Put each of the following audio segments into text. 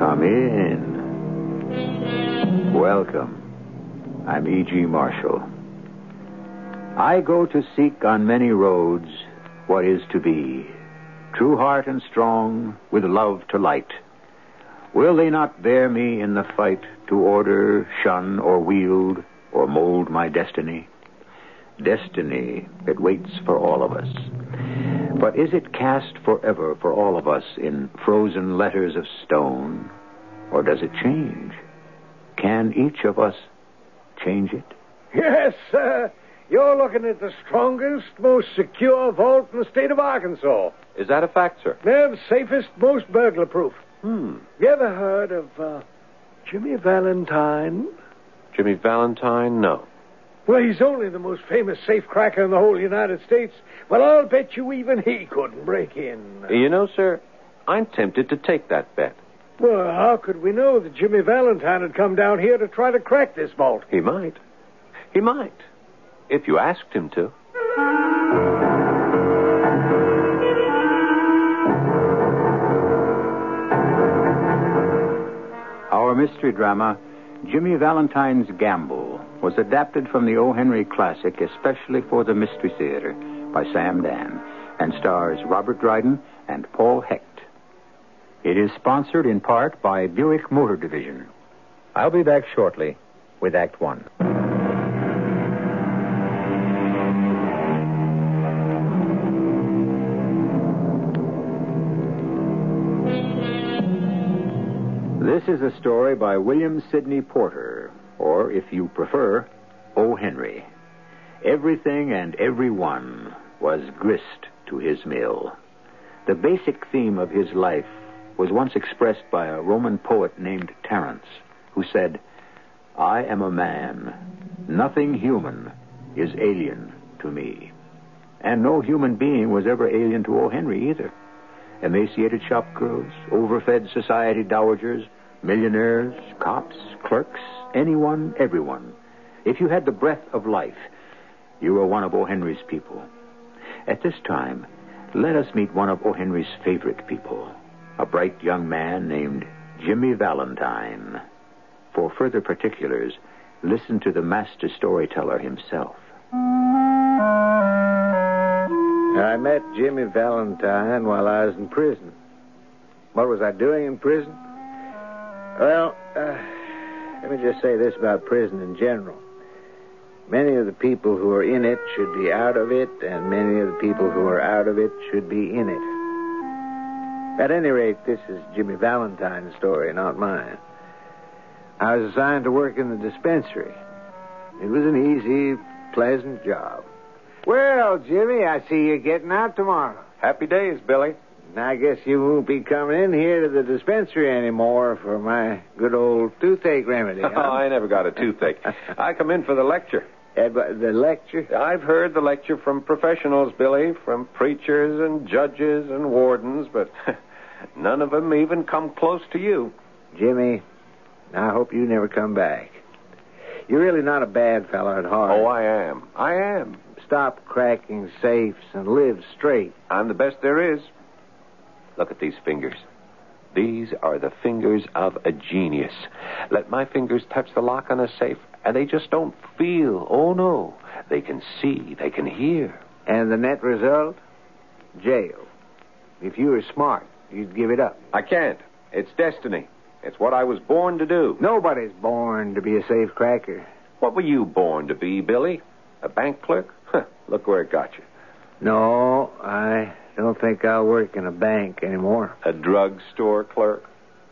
Come in. Welcome. I'm E.G. Marshall. I go to seek on many roads what is to be, true heart and strong, with love to light. Will they not bear me in the fight to order, shun, or wield, or mold my destiny? Destiny that waits for all of us. But is it cast forever for all of us in frozen letters of stone, or does it change? Can each of us change it? Yes, sir. You're looking at the strongest, most secure vault in the state of Arkansas. Is that a fact, sir? Nerve safest, most burglar proof. Hmm. You ever heard of uh, Jimmy Valentine? Jimmy Valentine, no. Well, he's only the most famous safe cracker in the whole United States, but I'll bet you even he couldn't break in. You know, sir, I'm tempted to take that bet. Well, how could we know that Jimmy Valentine had come down here to try to crack this vault? He might. He might. If you asked him to. Our mystery drama, Jimmy Valentine's Gamble, was adapted from the O. Henry classic, especially for the Mystery Theater, by Sam Dan, and stars Robert Dryden and Paul Hecht. It is sponsored in part by Buick Motor Division. I'll be back shortly with Act One. This is a story by William Sidney Porter, or if you prefer, O. Henry. Everything and everyone was grist to his mill. The basic theme of his life was once expressed by a Roman poet named Terence, who said, I am a man. Nothing human is alien to me. And no human being was ever alien to O. Henry either emaciated shopgirls, overfed society dowagers, millionaires, cops, clerks, anyone, everyone. If you had the breath of life, you were one of O. Henry's people. At this time, let us meet one of O. Henry's favorite people, a bright young man named Jimmy Valentine. For further particulars, listen to the master storyteller himself. Oh, I met Jimmy Valentine while I was in prison. What was I doing in prison? Well, uh, let me just say this about prison in general. Many of the people who are in it should be out of it, and many of the people who are out of it should be in it. At any rate, this is Jimmy Valentine's story, not mine. I was assigned to work in the dispensary. It was an easy, pleasant job. Well, Jimmy, I see you're getting out tomorrow. Happy days, Billy. I guess you won't be coming in here to the dispensary anymore for my good old toothache remedy. Oh, I never got a toothache. I come in for the lecture. Eh, but the lecture? I've heard the lecture from professionals, Billy, from preachers and judges and wardens, but none of them even come close to you. Jimmy, I hope you never come back. You're really not a bad fellow at heart. Oh, I am. I am. Stop cracking safes and live straight. I'm the best there is. Look at these fingers. These are the fingers of a genius. Let my fingers touch the lock on a safe, and they just don't feel. Oh, no. They can see, they can hear. And the net result? Jail. If you were smart, you'd give it up. I can't. It's destiny. It's what I was born to do. Nobody's born to be a safe cracker. What were you born to be, Billy? A bank clerk? Huh, look where it got you. No, I don't think I'll work in a bank anymore. A drugstore clerk.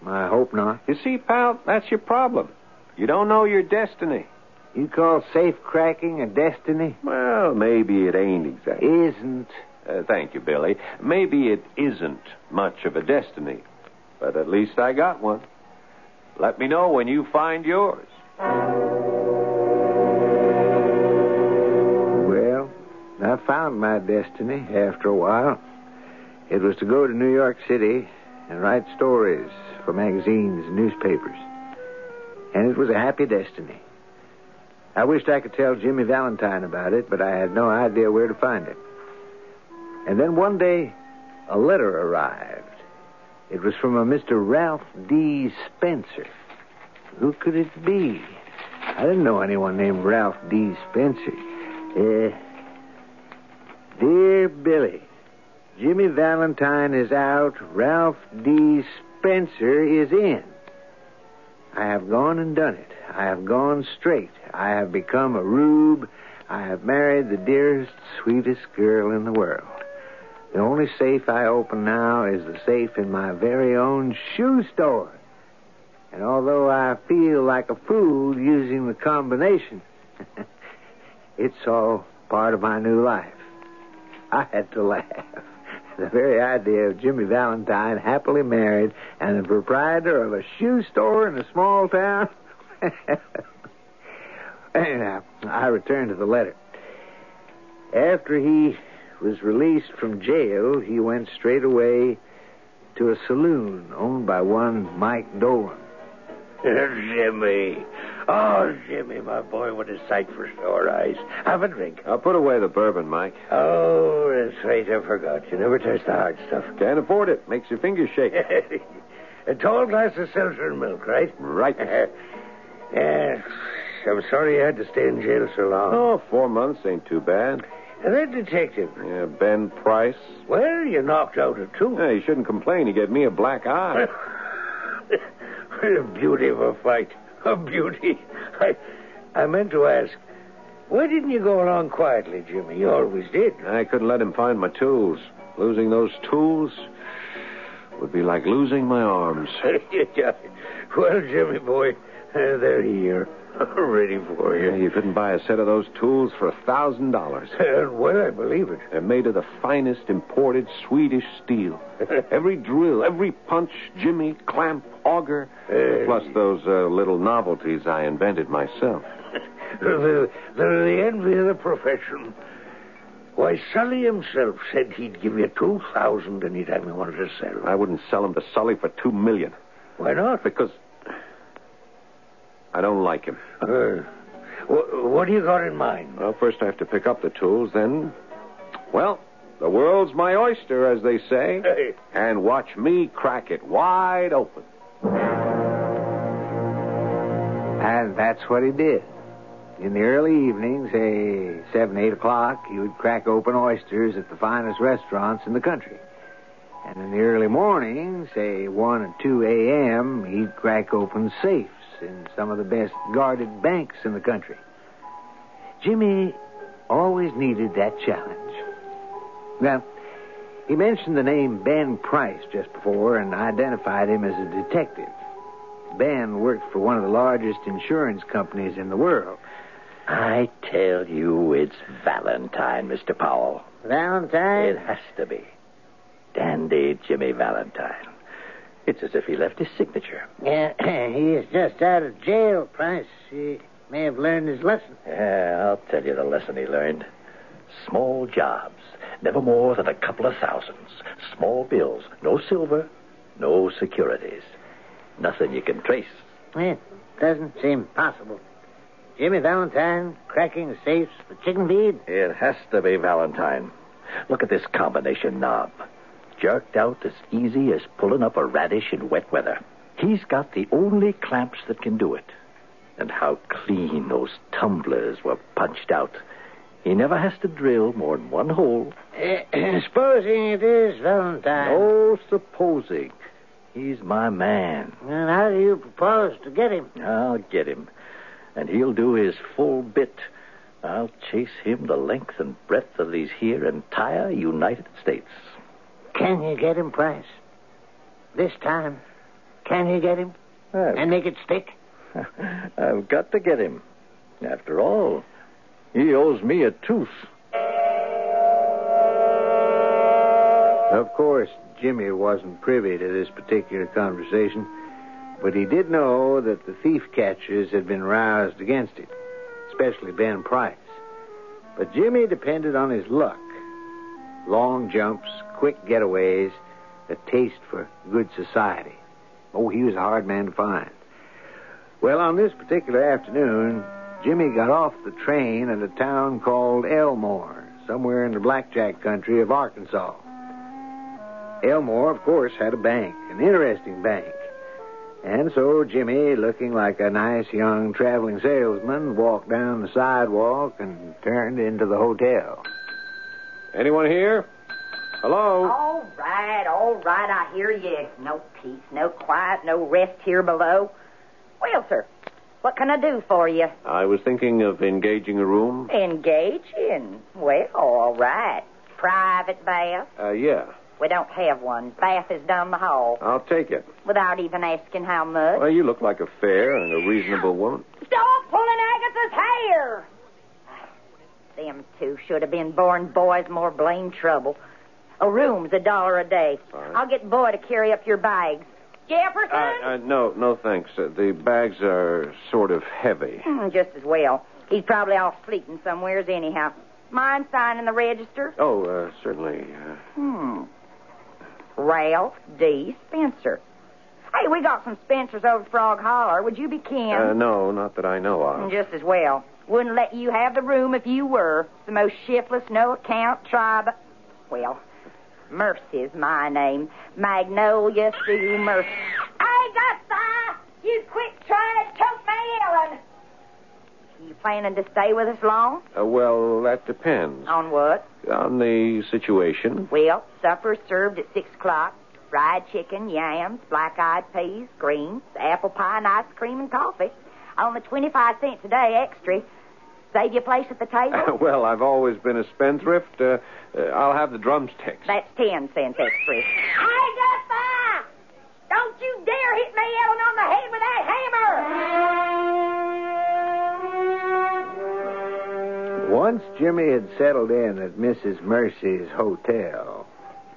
I hope not. You see, pal, that's your problem. You don't know your destiny. You call safe cracking a destiny? Well, maybe it ain't exactly. Isn't. Uh, thank you, Billy. Maybe it isn't much of a destiny, but at least I got one. Let me know when you find yours. Well, I found my destiny after a while. It was to go to New York City and write stories for magazines and newspapers. And it was a happy destiny. I wished I could tell Jimmy Valentine about it, but I had no idea where to find him. And then one day, a letter arrived. It was from a Mr. Ralph D. Spencer. Who could it be? I didn't know anyone named Ralph D. Spencer. Eh, dear Billy, Jimmy Valentine is out. Ralph D. Spencer is in. I have gone and done it. I have gone straight. I have become a rube. I have married the dearest, sweetest girl in the world. The only safe I open now is the safe in my very own shoe store. And although I feel like a fool using the combination, it's all part of my new life. I had to laugh. The very idea of Jimmy Valentine happily married and the proprietor of a shoe store in a small town. Anyhow, I returned to the letter. After he was released from jail, he went straight away to a saloon owned by one Mike Dolan. Jimmy. Oh, Jimmy, my boy, what a sight for sore eyes. Have a drink. Now, put away the bourbon, Mike. Oh, that's right. I forgot. You never touch the hard stuff. Can't afford it. Makes your fingers shake. a tall glass of seltzer and milk, right? Right. yes. I'm sorry you had to stay in jail so long. Oh, four months ain't too bad. And that detective, Yeah, Ben Price. well, you knocked out a two. Yeah, he shouldn't complain. He gave me a black eye. what a beauty of a fight. A Oh, beauty. I, I meant to ask, why didn't you go along quietly, Jimmy? You always did. I couldn't let him find my tools. Losing those tools would be like losing my arms. well, Jimmy boy, uh, they're here. Ready for Yeah, you. you couldn't buy a set of those tools for a thousand dollars. Uh, well, I believe it. They're made of the finest imported Swedish steel. Every drill, every punch, jimmy, clamp, auger, Hey. plus those uh, little novelties I invented myself. They're, they're the envy of the profession. Why, Sully himself said he'd give you 2000 anytime he wanted to sell. I wouldn't sell them to Sully for two million Why not? because I don't like him. Uh, wh- what do you got in mind? Well, first I have to pick up the tools, then, well, the world's my oyster, as they say, Hey. and watch me crack it wide open. And that's what he did. In the early evenings, say seven, eight o'clock, he would crack open oysters at the finest restaurants in the country. And in the early morning, say one or two a.m., he'd crack open safes in some of the best guarded banks in the country. Jimmy always needed that challenge. Now, he mentioned the name Ben Price just before and identified him as a detective. Ben worked for one of the largest insurance companies in the world. I tell you, it's Valentine, Mr. Powell. It Valentine? has to be. Dandy Jimmy Valentine. It's as if he left his signature. Yeah, he is just out of jail, Price. He may have learned his lesson. Yeah, I'll tell you the lesson he learned. Small jobs, never more than a couple of thousands. Small bills, no silver, no securities. Nothing you can trace. It doesn't seem possible. Jimmy Valentine cracking safes for chicken feed? It has to be Valentine. Look at this combination knob. Jerked out as easy as pulling up a radish in wet weather. He's got the only clamps that can do it. And how clean those tumblers were punched out. He never has to drill more than one hole. supposing it is Valentine. Oh, supposing. He's my man. Then how do you propose to get him? I'll get him. And he'll do his full bit. I'll chase him the length and breadth of these here entire United States. Can you get him, Price? This time, can you get him? And make it stick? I've got to get him. After all, he owes me a tooth. Of course, Jimmy wasn't privy to this particular conversation, But he did know that the thief catchers had been roused against it, especially Ben Price. But Jimmy depended on his luck long jumps, quick getaways, a taste for good society. Oh, he was a hard man to find. Well, on this particular afternoon, Jimmy got off the train at a town called Elmore, somewhere in the blackjack country of Arkansas. Elmore, of course, had a bank, an interesting bank. And so Jimmy, looking like a nice young traveling salesman, walked down the sidewalk and turned into the hotel. Anyone here? Oh. Hello? All right, all right, I hear you. No peace, no quiet, no rest here below. Well, sir, what can I do for you? I was thinking of engaging a room. Engaging. Well, all right. Private bath? Uh, yeah. We don't have one. Bath is down the hall I'll take it. without even asking how much. Well, you look like a fair and a reasonable woman. Stop pulling Agatha's hair! Them two should have been born boys more blame trouble. A room's a dollar a day. Fine. I'll get Boy to carry up your bags. Jefferson? Uh, uh, no, no thanks. Uh, the bags are sort of heavy. Mm, Just as well. He's probably off sleeping somewheres anyhow. Mind signing the register? Oh, uh, certainly. Uh, Hmm. Ralph D. Spencer. Hey, we got some Spencers over at Frog Holler. Would you be Ken? uh, no, not that I know of. Mm, Just as well. Wouldn't let you have the room if you were. It's the most shiftless, no account tribe. Well, Mercy's my name. Magnolia Sue Mercy. Agatha! You quit trying to choke my Ellen! You planning to stay with us long? Uh, well, that depends On what? on the situation. Well, supper's served at six o'clock. Fried chicken, yams, black-eyed peas, greens, apple pie, and ice cream and coffee. Only twenty-five cents a day extra. Save your place at the table. well, I've always been a spendthrift. Uh, uh, I'll have the drumsticks. That's ten cents extra. Agatha! Don't you dare hit me, Ellen, on the head with that hammer! Once Jimmy had settled in at Mrs. Mercy's hotel,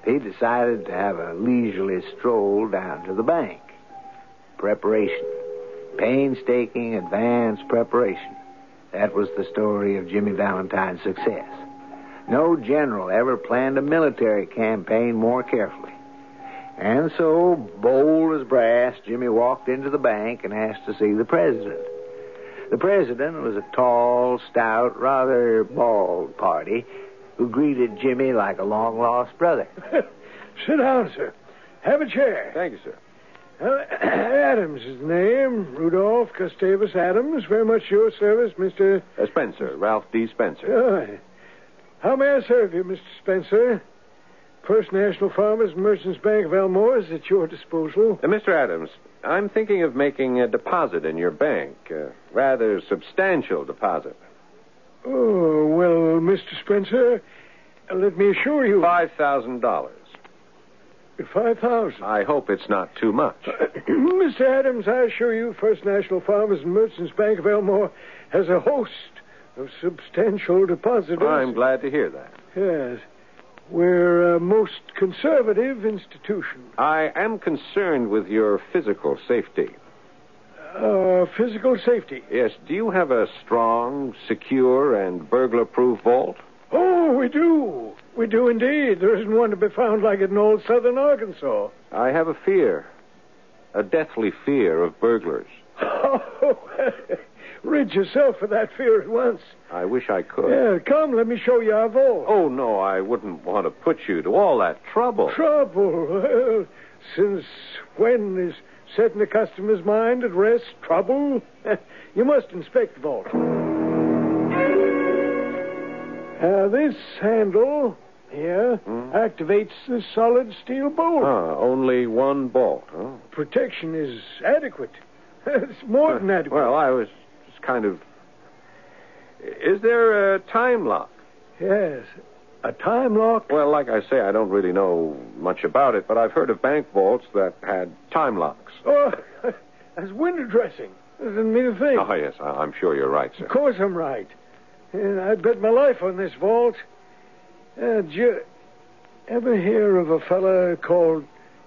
he decided to have a leisurely stroll down to the bank. Preparation. Painstaking, advanced preparation. That was the story of Jimmy Valentine's success. No general ever planned a military campaign more carefully. And so, bold as brass, Jimmy walked into the bank and asked to see the president. The president was a tall, stout, rather bald party who greeted Jimmy like a long lost brother. Sit down, sir. Have a chair. Thank you, sir. Uh, Adams is the name. Rudolph Gustavus Adams. Very much your service, Mr. Uh, Spencer, Ralph D. Spencer. Joy. How may I serve you, Mr. Spencer? First National Farmers and Merchants Bank of Elmore is at your disposal. Uh, Mr. Adams, I'm thinking of making a deposit in your bank, a rather substantial deposit. Oh, well, Mr. Spencer, uh, let me assure you. $5,000. Five thousand. I hope it's not too much. Mr. Adams, I assure you, First National Farmers and Merchants Bank of Elmore has a host of substantial depositors. I'm glad to hear that. Yes. We're a most conservative institution. I am concerned with your physical safety. Uh, physical safety. Yes, do you have a strong, secure, and burglar proof vault? Oh, we do. We do indeed. There isn't one to be found like it in old southern Arkansas. I have a fear, a deathly fear of burglars. Oh, rid yourself of that fear at once. I wish I could. Yeah, come, let me show you our vault. Oh, no, I wouldn't want to put you to all that trouble. Trouble. Well, since when is setting the customer's mind at rest trouble? you must inspect the vault. Uh, this handle here activates the solid steel bolt. Hmm? Ah, only one bolt, huh? Protection is adequate. it's more than adequate. Well, I was just kind of. Is there a time lock? yes. A time lock? Well, like I say, I don't really know much about it, but I've heard of bank vaults that had time locks. Oh, that's window dressing. Doesn't mean a thing. Oh, yes, I- I'm sure you're right, sir. Of course I'm right. And I'd bet my life on this vault. Uh, did you ever hear of a fella called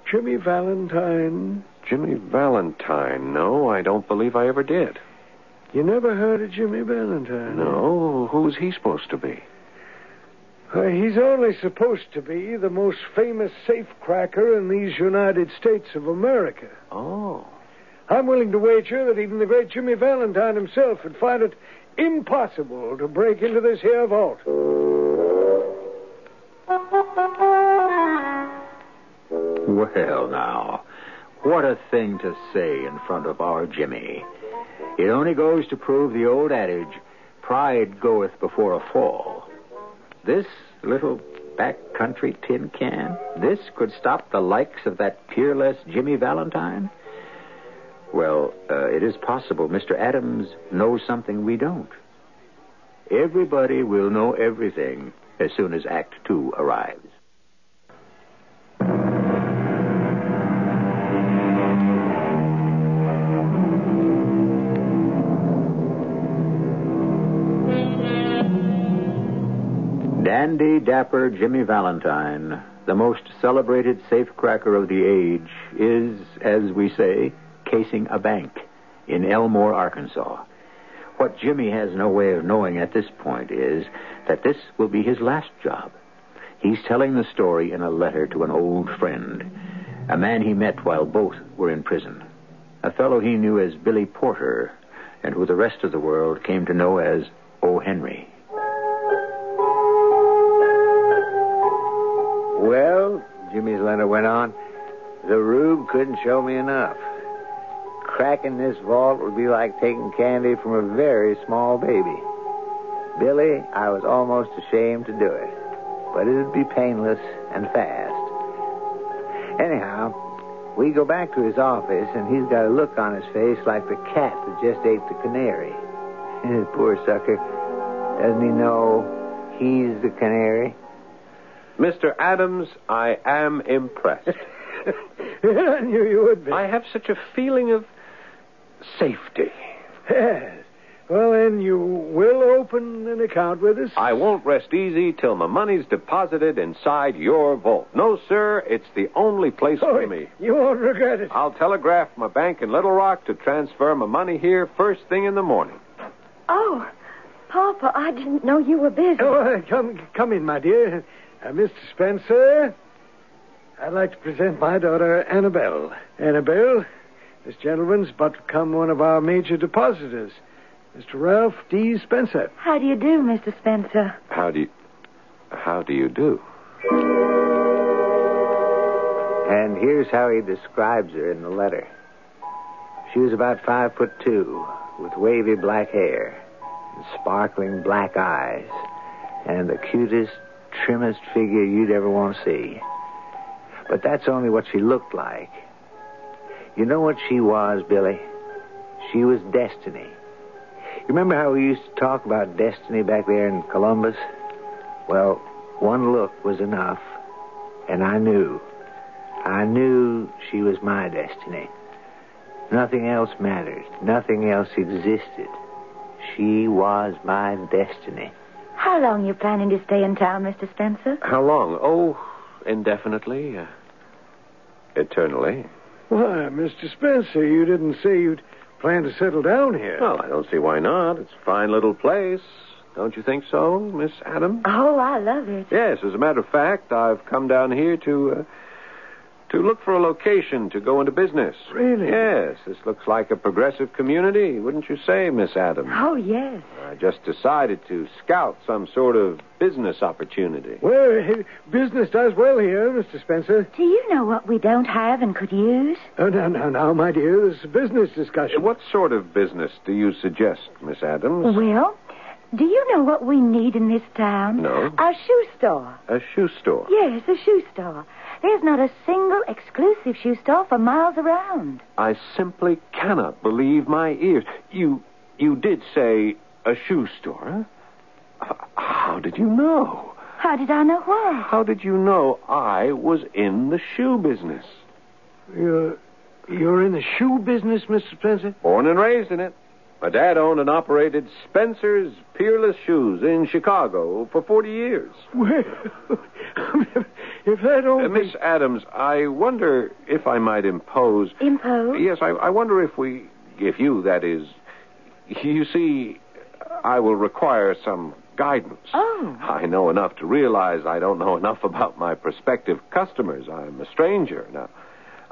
Jimmy Valentine? Jimmy Valentine. No, I don't believe I ever did. You never heard of Jimmy Valentine? No, who's he supposed to be? Uh, he's only supposed to be the most famous safecracker in these United States of America. Oh. I'm willing to wager that even the great Jimmy Valentine himself would find it impossible to break into this here vault. Well, now, what a thing to say in front of our Jimmy. It only goes to prove the old adage pride goeth before a fall. This little backcountry tin can, this could stop the likes of that peerless Jimmy Valentine? Well, uh, it is possible Mr. Adams knows something we don't. Everybody will know everything as soon as Act Two arrives. Dandy Dapper Jimmy Valentine, the most celebrated safecracker of the age, is, as we say, casing a bank in Elmore, Arkansas. What Jimmy has no way of knowing at this point is that this will be his last job. He's telling the story in a letter to an old friend, a man he met while both were in prison, a fellow he knew as Billy Porter, and who the rest of the world came to know as O. Henry. Well, Jimmy's letter went on, the rube couldn't show me enough. Cracking this vault would be like taking candy from a very small baby. Billy, I was almost ashamed to do it, but it'd be painless and fast. Anyhow, we go back to his office, and he's got a look on his face like the cat that just ate the canary. Poor sucker. Doesn't he know he's the canary? Mr. Adams, I am impressed. I knew you would be. I have such a feeling of safety. Yes. Well, then you will open an account with us. I won't rest easy till my money's deposited inside your vault. No, sir, it's the only place Oh, for me. You won't regret it. I'll telegraph my bank in Little Rock to transfer my money here first thing in the morning. Oh, Papa, I didn't know you were busy. Oh, uh, come, come in, my dear. Uh, Mr. Spencer, I'd like to present my daughter, Annabelle. Annabelle, this gentleman's about to become one of our major depositors, Mr. Ralph D. Spencer. How do you do, Mr. Spencer? How do you. How do you do? And here's how he describes her in the letter. She was about five foot two, with wavy black hair, and sparkling black eyes, and the cutest, trimmest figure you'd ever want to see. But that's only what she looked like. You know what she was, Billy? She was destiny. You remember how we used to talk about destiny back there in Columbus? Well, one look was enough, and I knew. I knew she was my destiny. Nothing else mattered. Nothing else existed. She was my destiny. How long you planning to stay in town, Mr. Spencer? How long? Oh, indefinitely. Uh, eternally. Why, Mr. Spencer, you didn't say you'd plan to settle down here. Well, I don't see why not. It's a fine little place. Don't you think so, Miss Adams? Oh, I love it. Yes, as a matter of fact, I've come down here to uh, to look for a location to go into business. Really? Yes, this looks like a progressive community, wouldn't you say, Miss Adams? Oh, yes. I just decided to scout some sort of business opportunity. Well, eh, business does well here, Mr. Spencer. Do you know what we don't have and could use? Oh, no, no, no, my dear. This is a business discussion. What sort of business do you suggest, Miss Adams? Well, do you know what we need in this town? No. A shoe store. A shoe store. Yes, a shoe store. There's not a single exclusive shoe store for miles around. I simply cannot believe my ears. You you did say a shoe store. huh? H- How did you know? How did I know what? How did you know I was in the shoe business? You're, you're in the shoe business, Mr. Spencer? Born and raised in it. My dad owned and operated Spencer's Peerless Shoes in Chicago for 40 years. Well, If they don't. Uh, Miss Adams, I wonder if I might impose. Hmm? Impose? Yes, I, I wonder if we, if you, that is. You see, I will require some guidance. Oh. I know enough to realize I don't know enough about my prospective customers. I'm a stranger. Now,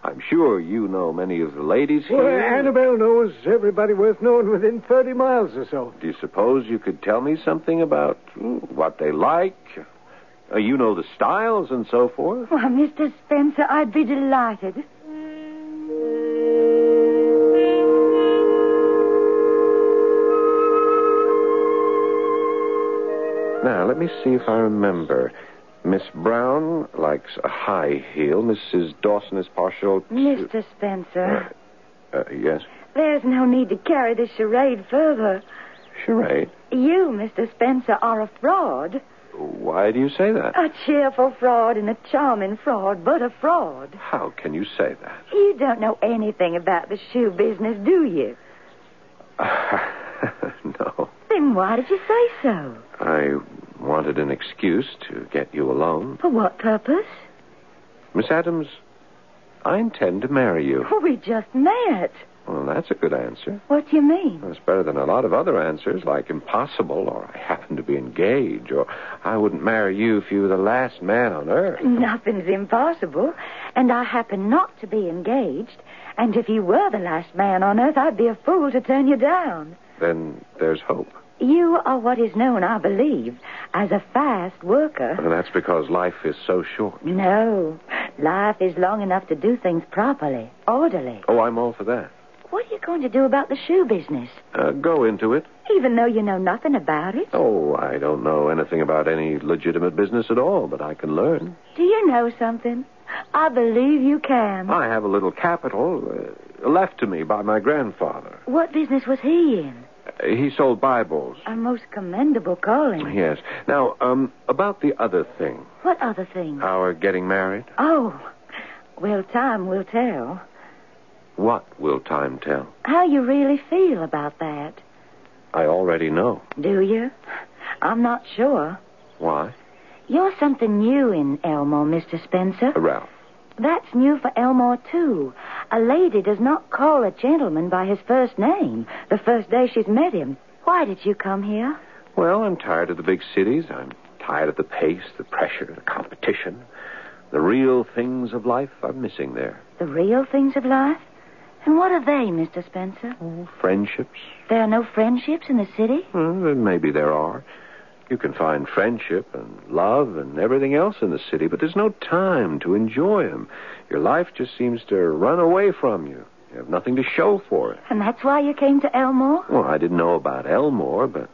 I'm sure you know many of the ladies Well, here. Annabelle knows everybody worth knowing within 30 miles or so. Do you suppose you could tell me something about mm, what they like? Uh, you know the styles and so forth. Why, Mr. Spencer, I'd be delighted. Now, let me see if I remember. Miss Brown likes a high heel. Mrs. Dawson is partial to. Mr. Spencer, Uh, yes. there's no need to carry this charade further. Charade. You, Mr. Spencer, are a fraud. Why do you say that? A cheerful fraud and a charming fraud, but a fraud. How can you say that? You don't know anything about the shoe business, do you? no. Then why did you say so? I wanted an excuse to get you alone. For what purpose? Miss Adams, I intend to marry you. Well, we just met. Well, that's a good answer. What do you mean? That's better than a lot of other answers, like impossible, or I happen to be engaged, or I wouldn't marry you if you were the last man on earth. Nothing's impossible. And I happen not to be engaged. And if you were the last man on earth, I'd be a fool to turn you down. Then there's hope. You are what is known, I believe, as a fast worker. And that's because life is so short. No, life is long enough to do things properly, orderly. Oh, I'm all for that. What are you going to do about the shoe business? Uh, go into it. Even though you know nothing about it, Oh, I don't know anything about any legitimate business at all, but I can learn. do you know something? I believe you can. I have a little capital uh, left to me by my grandfather. What business was he in? Uh, he sold Bibles. A most commendable calling. Yes. Now, um, about the other thing, What other thing? our getting married. Oh, well, time will tell. What will time tell? How you really feel about that, I already know. do you? I'm not sure. Why? You're something new in Elmore, Mr. Spencer. Uh, Ralph. That's new for Elmore, too. A lady does not call a gentleman by his first name the first day she's met him. Why did you come here? Well, I'm tired of the big cities. I'm tired of the pace, the pressure, the competition. The real things of life are missing there. The real things of life? And what are they, Mr. Spencer? Friendships? There are no friendships in the city? Well, then maybe there are. You can find friendship and love and everything else in the city, but there's no time to enjoy them. Your life just seems to run away from you. You have nothing to show for it. And that's why you came to Elmore? Well, I didn't know about Elmore, but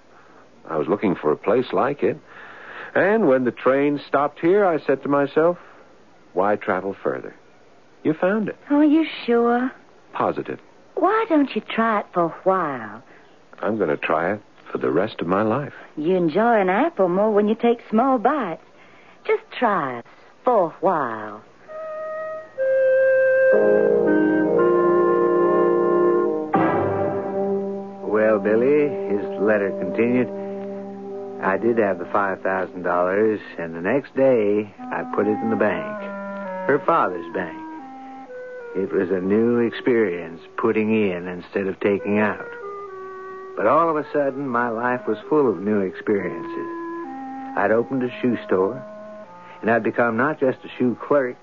I was looking for a place like it. And when the train stopped here, I said to myself, why travel further? You found it. Are you sure? Positive. Why don't you try it for a while? I'm going to try it for the rest of my life. You enjoy an apple more when you take small bites. Just try it for a while. Well, Billy, his letter continued. I did have the $5,000, and the next day I put it in the bank, her father's bank. It was a new experience, putting in instead of taking out. But all of a sudden, my life was full of new experiences. I'd opened a shoe store, and I'd become not just a shoe clerk,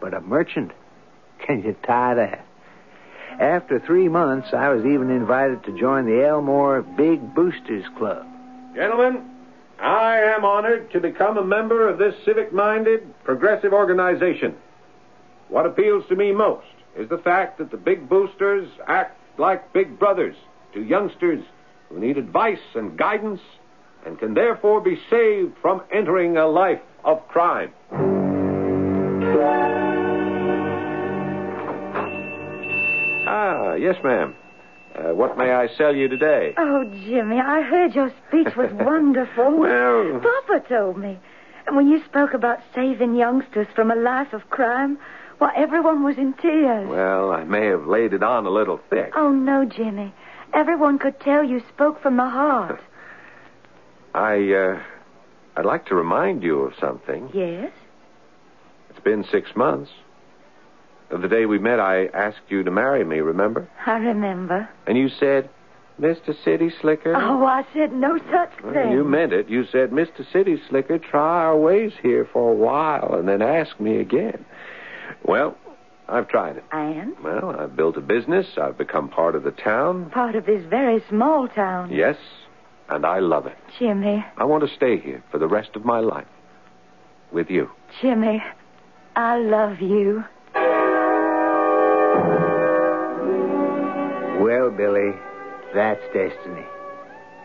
but a merchant. Can you tie that? After three months, I was even invited to join the Elmore Big Boosters Club. Gentlemen, I am honored to become a member of this civic minded, progressive organization. What appeals to me most is the fact that the big boosters act like big brothers to youngsters who need advice and guidance and can therefore be saved from entering a life of crime. Ah, yes, ma'am. Uh, what may I sell you today? Oh, Jimmy, I heard your speech was wonderful. Well- Papa told me. And when you spoke about saving youngsters from a life of crime, why, everyone was in tears. Well, I may have laid it on a little thick. Oh, no, Jimmy. Everyone could tell you spoke from the heart. I, uh, I'd like to remind you of something. yes? It's been six months. The day we met, I asked you to marry me, remember? I remember. And you said, Mr. City Slicker. Oh, I said no such Well, thing. You meant it. You said, Mr. City Slicker, try our ways here for a while and then ask me again. Well, I've tried it. And Well, I've built a business. I've become part of the town. part of this very small town. Yes, and I love it. Jimmy, I want to stay here for the rest of my life with you. Jimmy, I love you. Well, Billy, that's destiny.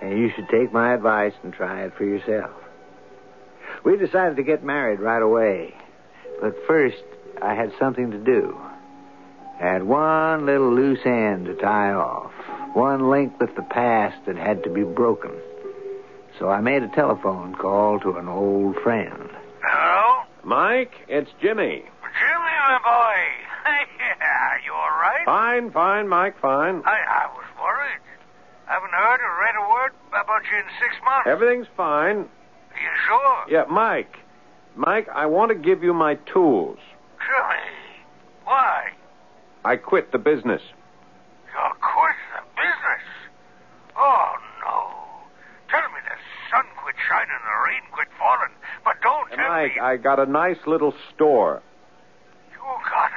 And you should take my advice and try it for yourself. We decided to get married right away. But first, I had something to do. I had one little loose end to tie off, one link with the past that had to be broken. So I made a telephone call to an old friend. Hello? Mike, it's Jimmy. Jimmy, my boy. yeah, you all right? Fine, fine, Mike, fine. I, I was worried. Haven't heard or read a word about you in six months. Everything's fine. You sure? Yeah, Mike. Mike, I want to give you my tools. Jimmy, why? I quit the business. You're quitting the business. Oh, no. Tell me the sun quit shining and the rain quit falling, but don't tell Mike, me I got a nice little store, you got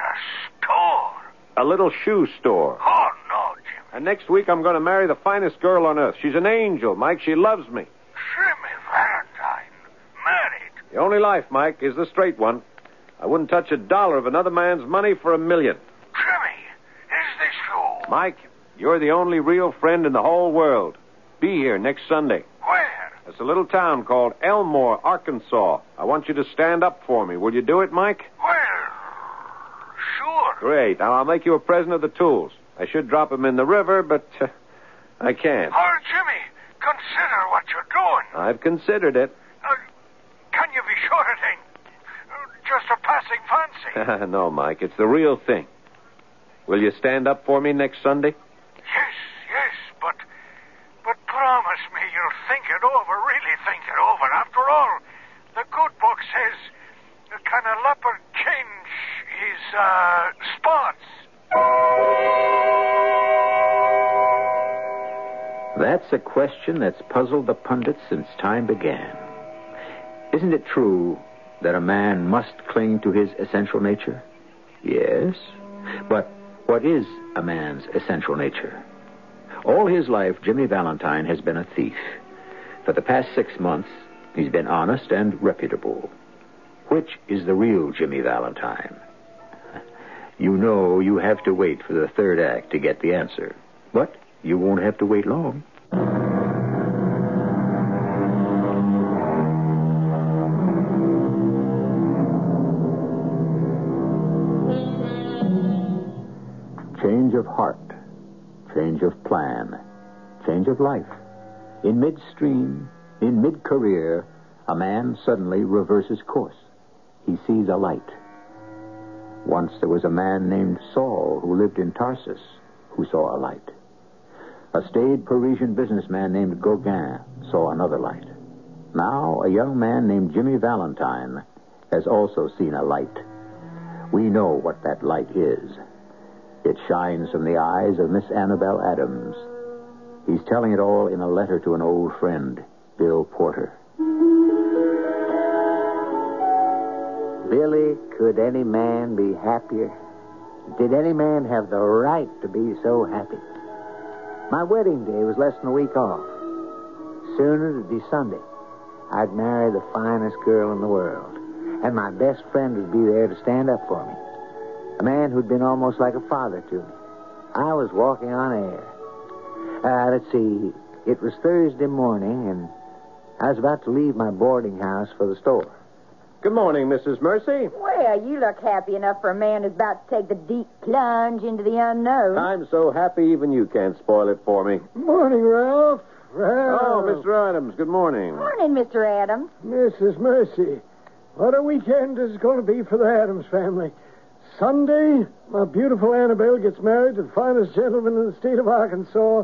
Oh, a store. a little shoe store. Oh, no, Jim. And next week I'm going to marry the finest girl on earth. She's an angel, Mike. She loves me. Jimmy Valentine. Married. The only life, Mike, is the straight one. I wouldn't touch a dollar of another man's money for a million. Jimmy, is this you? Mike, you're the only real friend in the whole world. Be here next Sunday. Where? It's a little town called Elmore, Arkansas. I want you to stand up for me. Will you do it, Mike? Well, sure. Great. Now I'll make you a present of the tools. I should drop 'em in the river, but uh, I can't. Oh, Jimmy, consider what you're doing. I've considered it. Uh, can you be sure it ain't uh, just a passing fancy? no, Mike, it's the real thing. Will you stand up for me next Sunday? yes, yes, but but promise me you'll think it over, really think it over. After all, the good book says, uh, "Can a leopard change his uh, spots?" That's a question that's puzzled the pundits since time began. Isn't it true that a man must cling to his essential nature? Yes. But what is a man's essential nature? All his life, Jimmy Valentine has been a thief. For the past six months, he's been honest and reputable. Which is the real Jimmy Valentine? You know you have to wait for the third act to get the answer. But you won't have to wait long. Change of heart, change of plan, change of life. In midstream, in mid career, a man suddenly reverses course. He sees a light. Once there was a man named Saul who lived in Tarsus who saw a light. A staid Parisian businessman named Gauguin saw another light. Now, a young man named Jimmy Valentine has also seen a light. We know what that light is. It shines from the eyes of Miss Annabel Adams. He's telling it all in a letter to an old friend, Bill Porter. Billy, could any man be happier? Did any man have the right to be so happy? My wedding day was less than a week off. Sooner it'd be Sunday. I'd marry the finest girl in the world, and my best friend would be there to stand up for me. A man who'd been almost like a father to me. I was walking on air. Uh, let's see. It was Thursday morning, and I was about to leave my boarding house for the store. Good morning, Mrs. Mercy. Well, you look happy enough for a man who's about to take the deep plunge into the unknown. I'm so happy even you can't spoil it for me. Morning, Ralph. Ralph. Oh, Mr. Adams, good morning. Morning, Mr. Adams. Mrs. Mercy. What a weekend it's going to be for the Adams family. Sunday, my beautiful Annabelle gets married to the finest gentleman in the state of Arkansas,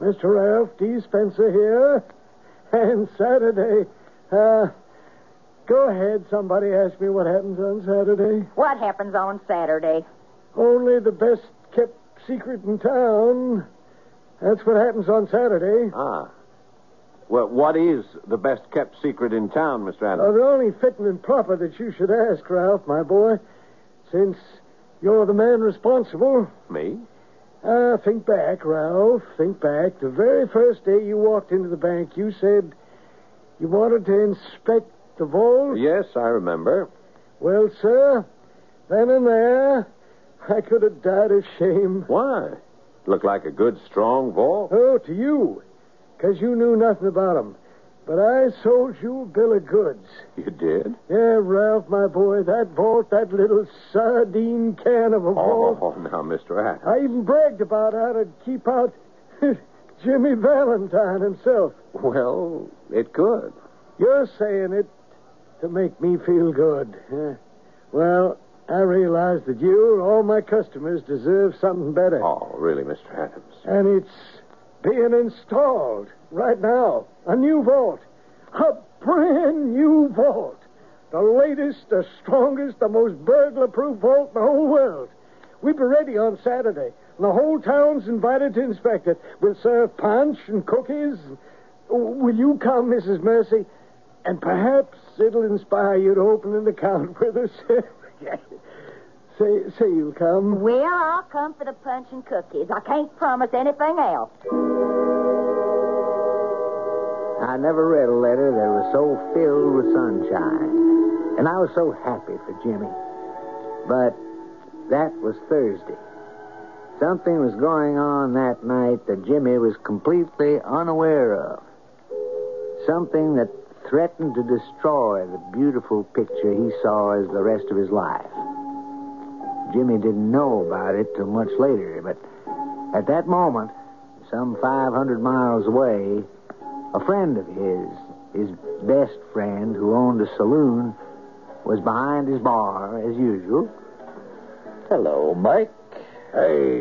Mr. Ralph D. Spencer here. And Saturday, uh, Go ahead. Somebody asked me what happens on Saturday. What happens on Saturday? Only the best kept secret in town. That's what happens on Saturday. Ah. Well, what is the best kept secret in town, Mr. Now, Adams? the only fitting and proper that you should ask, Ralph, my boy, since you're the man responsible. Me? Ah, think back, Ralph. Think back. The very first day you walked into the bank, you said you wanted to inspect the vault. Yes, I remember. Well, sir, then and there, I could have died of shame. Why? Looked like a good, strong vault. Oh, to you, 'cause you knew nothing about 'em. But I sold you a bill of goods. You did? Yeah, Ralph, my boy, that vault, that little sardine can of a vault. Oh, now, Mr. Adams. I even bragged about how to keep out Jimmy Valentine himself. Well, it could. You're saying it to make me feel good. huh? Well, I realize that you and all my customers deserve something better. Oh, really, Mr. Adams? And it's being installed right now. A new vault. A brand new vault. The latest, the strongest, the most burglar proof vault in the whole world. We'll be ready on Saturday. And the whole town's invited to inspect it. We'll serve punch and cookies. Will you come, Mrs. Mercy? And perhaps it'll inspire you to open an account with us. say, say you'll come. Well, I'll come for the punch and cookies. I can't promise anything else. I never read a letter that was so filled with sunshine. And I was so happy for Jimmy. But that was Thursday. Something was going on that night that Jimmy was completely unaware of. Something that threatened to destroy the beautiful picture he saw as the rest of his life. Jimmy didn't know about it till much later, but at that moment, some 500 miles away, a friend of his, his best friend who owned a saloon, was behind his bar as usual. Hello, Mike. Hey,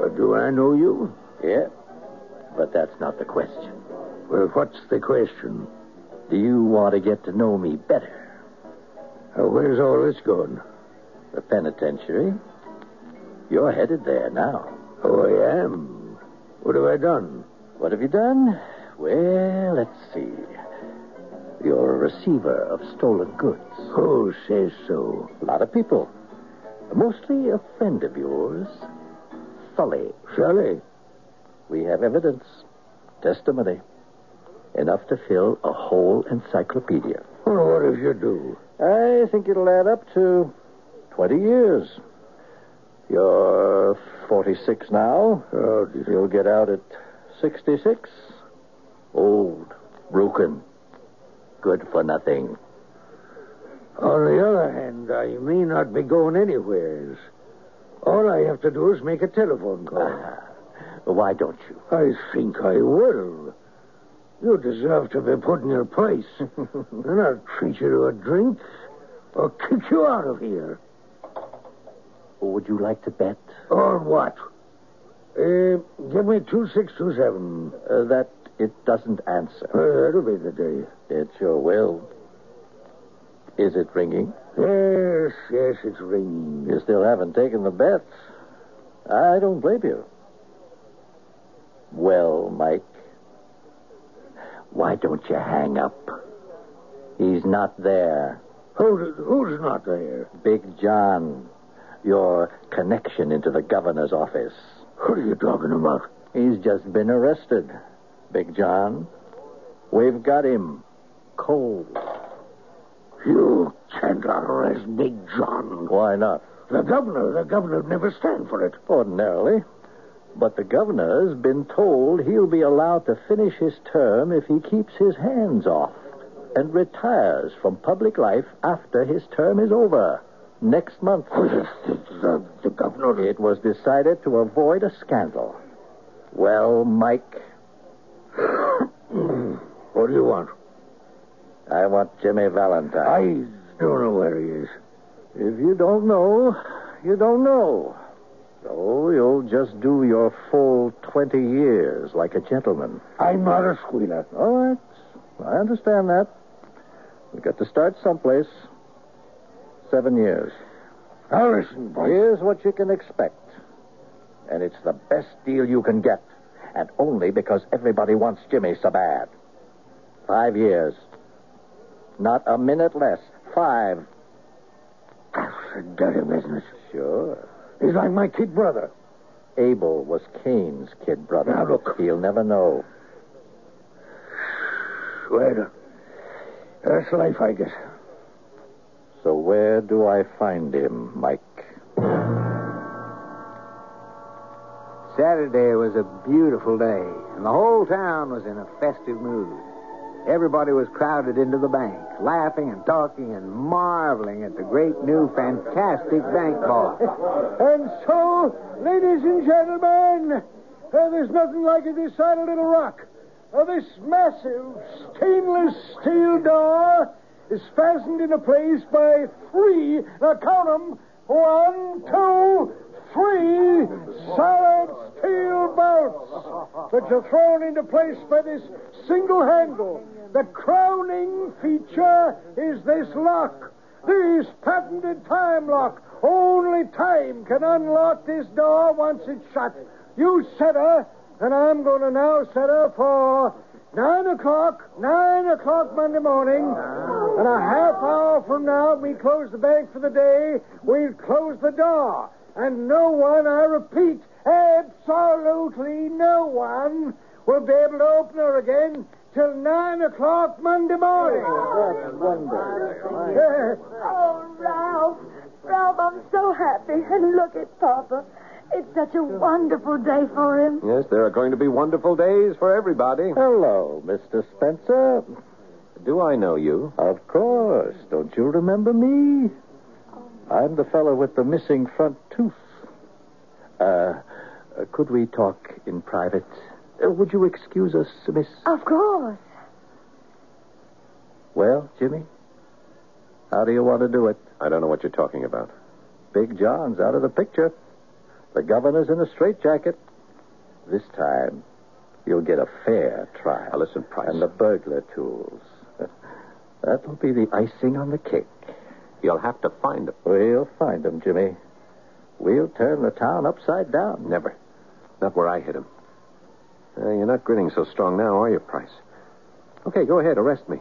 Uh, do I know you? Yeah. But that's not the question. Well, what's the question? Do you want to get to know me better? Uh, where's all this going? The penitentiary? You're headed there now. Oh, I am. What have I done? What have you done? Well, let's see. You're a receiver of stolen goods. Who says Oh, so? A lot of people. Mostly a friend of yours, Sully. Sully. We have evidence, testimony, enough to fill a whole encyclopedia. Well, what if you do? I think it'll add up to 20 years. You're 46 now. Oh, You'll get out at 66. Old, broken, good for nothing. On the other hand, I may not be going anywheres. All I have to do is make a telephone call. Ah. Why don't you? I think I will. You deserve to be put in your place. then I'll treat you to a drink or kick you out of here. Would you like to bet? Or what? Uh, give me 2627. Uh, that it doesn't answer. Uh, that'll be the day. It sure will. Is it ringing? Yes, yes, it's ringing. You still haven't taken the bet. I don't blame you. Well, Mike, why don't you hang up? He's not there. Who's, who's not there? Big John, your connection into the governor's office. What are you talking about? He's just been arrested. Big John, we've got him. Cold. You can't arrest Big John. Why not? The governor, the governor would never stand for it. Ordinarily. But the governor's been told he'll be allowed to finish his term if he keeps his hands off and retires from public life after his term is over next month. The, the governor. It was decided to avoid a scandal. Well, Mike, What do you want? I want Jimmy Valentine. I don't know where he is. If you don't know, you don't know. So you'll just do your full 20 years like a gentleman. I'm not a squealer. All right. I understand that. We've got to start someplace. Seven years. Now listen, boy. Here's what you can expect. And it's the best deal you can get. And only because everybody wants Jimmy so bad. Five years. Not a minute less. Five. That's a dirty business. Sure. He's like my kid brother. Abel was Cain's kid brother. Now, look. He'll never know. Swear to. That's life, I guess. So where do I find him, Mike? Saturday was a beautiful day, and the whole town was in a festive mood. Everybody was crowded into the bank, laughing and talking and marveling at the great new fantastic bank vault. And so, ladies and gentlemen, uh, there's nothing like it this side of Little Rock. Uh, this massive stainless steel door is fastened into place by three, now count 'em, one, two, three solid steel bolts, which are thrown into place by this single handle. The crowning feature is this lock, this patented time lock. Only time can unlock this door once it's shut. You set her, and I'm going to now set her for nine o'clock, nine o'clock Monday morning. And a half hour from now, we close the bank for the day. We'll close the door. And no one, I repeat, absolutely no one will be able to open her again till nine o'clock Monday morning. Yes. Oh, Ralph. Ralph, I'm so happy. And look at Papa. It's such a wonderful day for him. Yes, there are going to be wonderful days for everybody. Hello, Mr. Spencer. Do I know you? Of course. Don't you remember me? I'm the fellow with the missing front tooth. Uh, uh, could we talk in private? Uh, would you excuse us, miss? Of course. Well, Jimmy, how do you want to do it? I don't know what you're talking about. Big John's out of the picture. The governor's in a straitjacket. This time, you'll get a fair trial. Now, listen, Price. And the burglar tools. That'll be the icing on the cake. You'll have to find them. We'll find them, Jimmy. We'll turn the town upside down. Never. Not where I hit him. Uh, you're not grinning so strong now, are you, Price? Okay, go ahead, arrest me.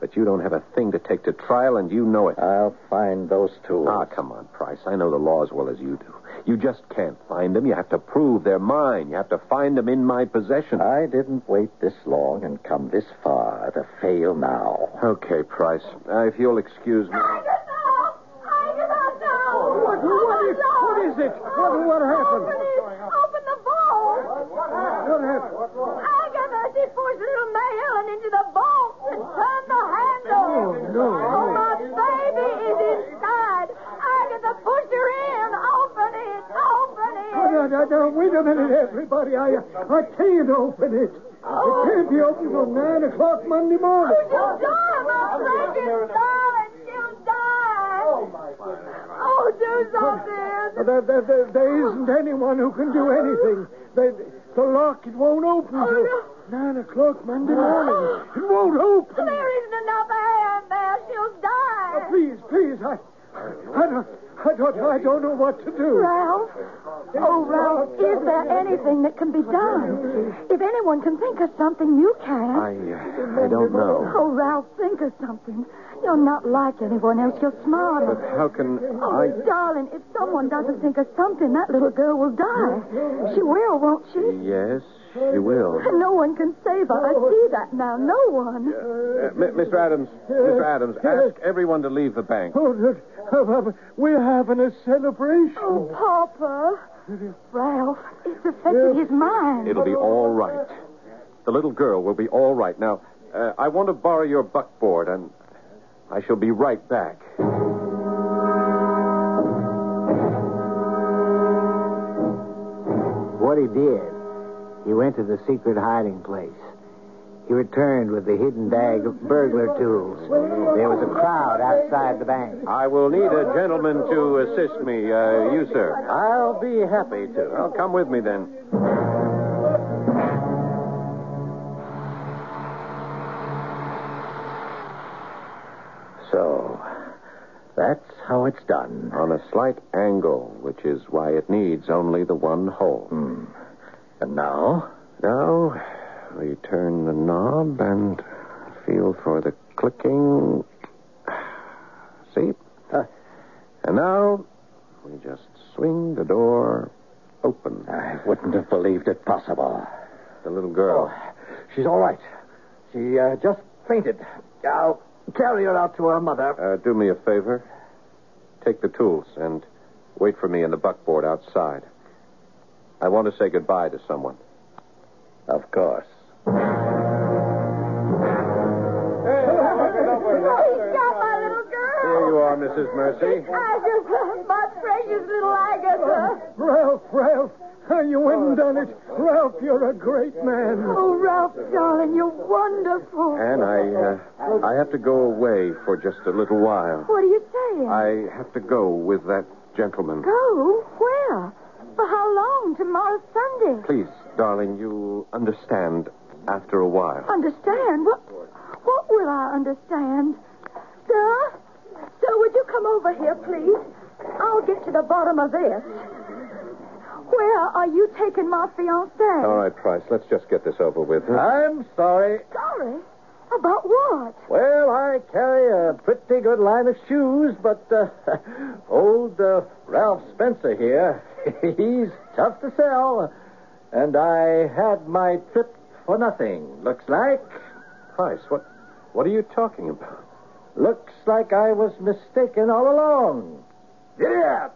But you don't have a thing to take to trial, and you know it. I'll find those two. Ah, come on, Price. I know the law as well as you do. You just can't find them. You have to prove they're mine. You have to find them in my possession. I didn't wait this long and come this far to fail now. Okay, Price. Uh, if you'll excuse me. I don't know. I don't know. What, what, is, what is it? What, what happened? Open the vault. What happened? Agatha, she forced little May Ellen into the vault and turned the handle. Oh, no. Oh, my baby is inside. Agatha pushed her in. Open it. Open Oh, it. no, no, no. Wait a minute, everybody. I, I can't open it. Oh. It can't be opened till 9 o'clock Monday morning. She'll die, my baby. She'll die. She'll die. Oh, do something. There, there, there, there isn't anyone who can do anything. They, the lock, it won't open till Oh, no. 9 o'clock Monday morning. It won't open. There isn't enough air in there. She'll Oh, die. please, please, I, I don't, I don't, I don't know what to do. Ralph? Oh, Ralph, is there anything that can be done? If anyone can think of something, you can. I, uh, I don't know. Oh, Ralph, think of something. You're not like anyone else. You're But smarter. how can Oh, I? darling, if someone doesn't think of something, that little girl will die. She will, won't she? Yes, she will. And no one can save her. I see that now. No one. Uh, M- Mr. Adams, Mr. Adams, ask everyone to leave the bank. Oh, no, oh, Papa, we're having a celebration. Oh, Papa. Ralph, it's affected his mind. It'll be all right. The little girl will be all right. Now, uh, I want to borrow your buckboard, and I shall be right back. What he did, he went to the secret hiding place. He returned with the hidden bag of burglar tools. There was a crowd outside the bank. I will need a gentleman to assist me. Uh, you, sir. I'll be happy to. Well, come with me then. So, that's how it's done. On a slight angle, which is why it needs only the one hole. Hmm. And now? Now, we turn the knob and feel for the clicking. See? Uh. And now, we just swing the door open. I wouldn't have believed it possible. The little girl. Oh, She's all right. She uh, just fainted. I'll carry her out to her mother. Uh, do me a favor. Take the tools and wait for me in the buckboard outside. I want to say goodbye to someone. Of course. He's got my little girl. Here you are, Mrs. Mercy. Agatha, my precious little Agatha. Ralph, Ralph, you went Oh, and done it. Ralph, you're a great man. Oh, Ralph, darling, you're wonderful. Anne, I, uh, I have to go away for just a little while. What are you saying? I have to go with that gentleman. Go? Where? For how long? Tomorrow's Sunday. Please, darling, you understand after a while. Understand? What, what will I understand? Sir? Sir, would you come over here, please? I'll get to the bottom of this. Where are you taking my fiancé? All right, Price, let's just get this over with. huh? I'm sorry. Sorry? About what? Well, I carry a pretty good line of shoes, but uh, old uh, Ralph Spencer here, he's tough to sell. And I had my trip for nothing, looks like. Price, what, what are you talking about? Looks like I was mistaken all along. Get up!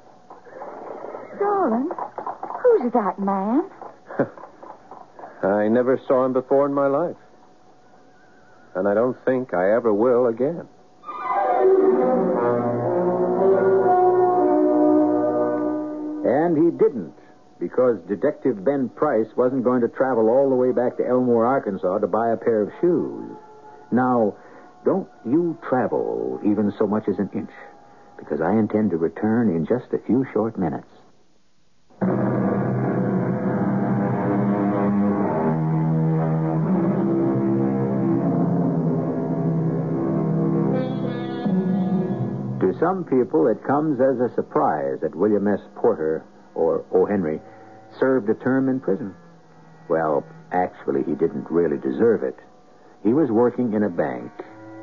Darling, who's that man? I never saw him before in my life. And I don't think I ever will again. And he didn't, because Detective Ben Price wasn't going to travel all the way back to Elmore, Arkansas to buy a pair of shoes. Now, don't you travel even so much as an inch, because I intend to return in just a few short minutes. To some people, it comes as a surprise that William S. Porter, or O. Henry, served a term in prison. Well, actually, he didn't really deserve it. He was working in a bank,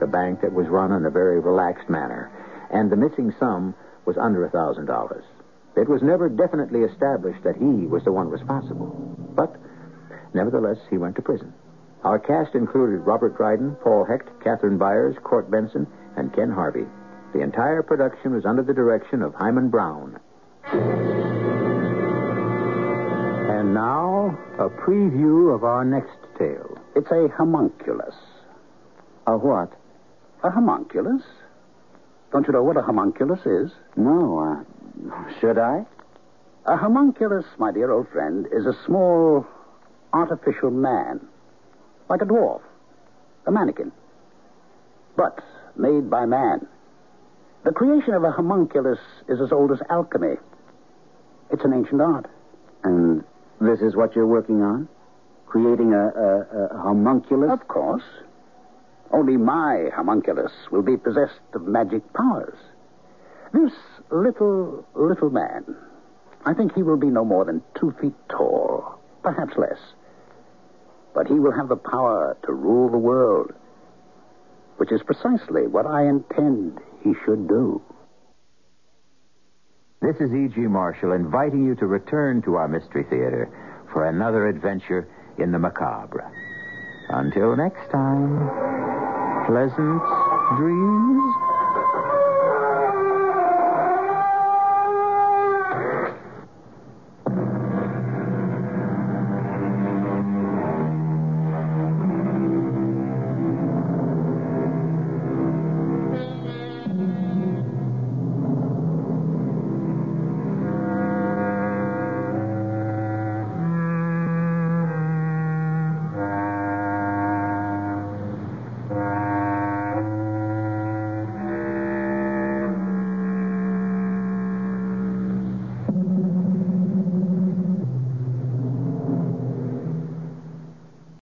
the bank that was run in a very relaxed manner, and the missing sum was under a $1,000. It was never definitely established that he was the one responsible, but nevertheless, he went to prison. Our cast included Robert Dryden, Paul Hecht, Catherine Byers, Court Benson, and Ken Harvey. The entire production was under the direction of Hyman Brown. And now, a preview of our next tale. It's a homunculus. A what? A homunculus? Don't you know what a homunculus is? No, uh, should I? A homunculus, my dear old friend, is a small artificial man, like a dwarf, a mannequin, but made by man. The creation of a homunculus is as old as alchemy. It's an ancient art. mm. And this is what you're working on? Creating a, a, a homunculus? Of course. Only my homunculus will be possessed of magic powers. This little, little man, I think he will be no more than two feet tall, perhaps less. But he will have the power to rule the world, which is precisely what I intend he should do. This is E.G. Marshall inviting you to return to our Mystery Theater for another adventure in the macabre. Until next time, pleasant dreams.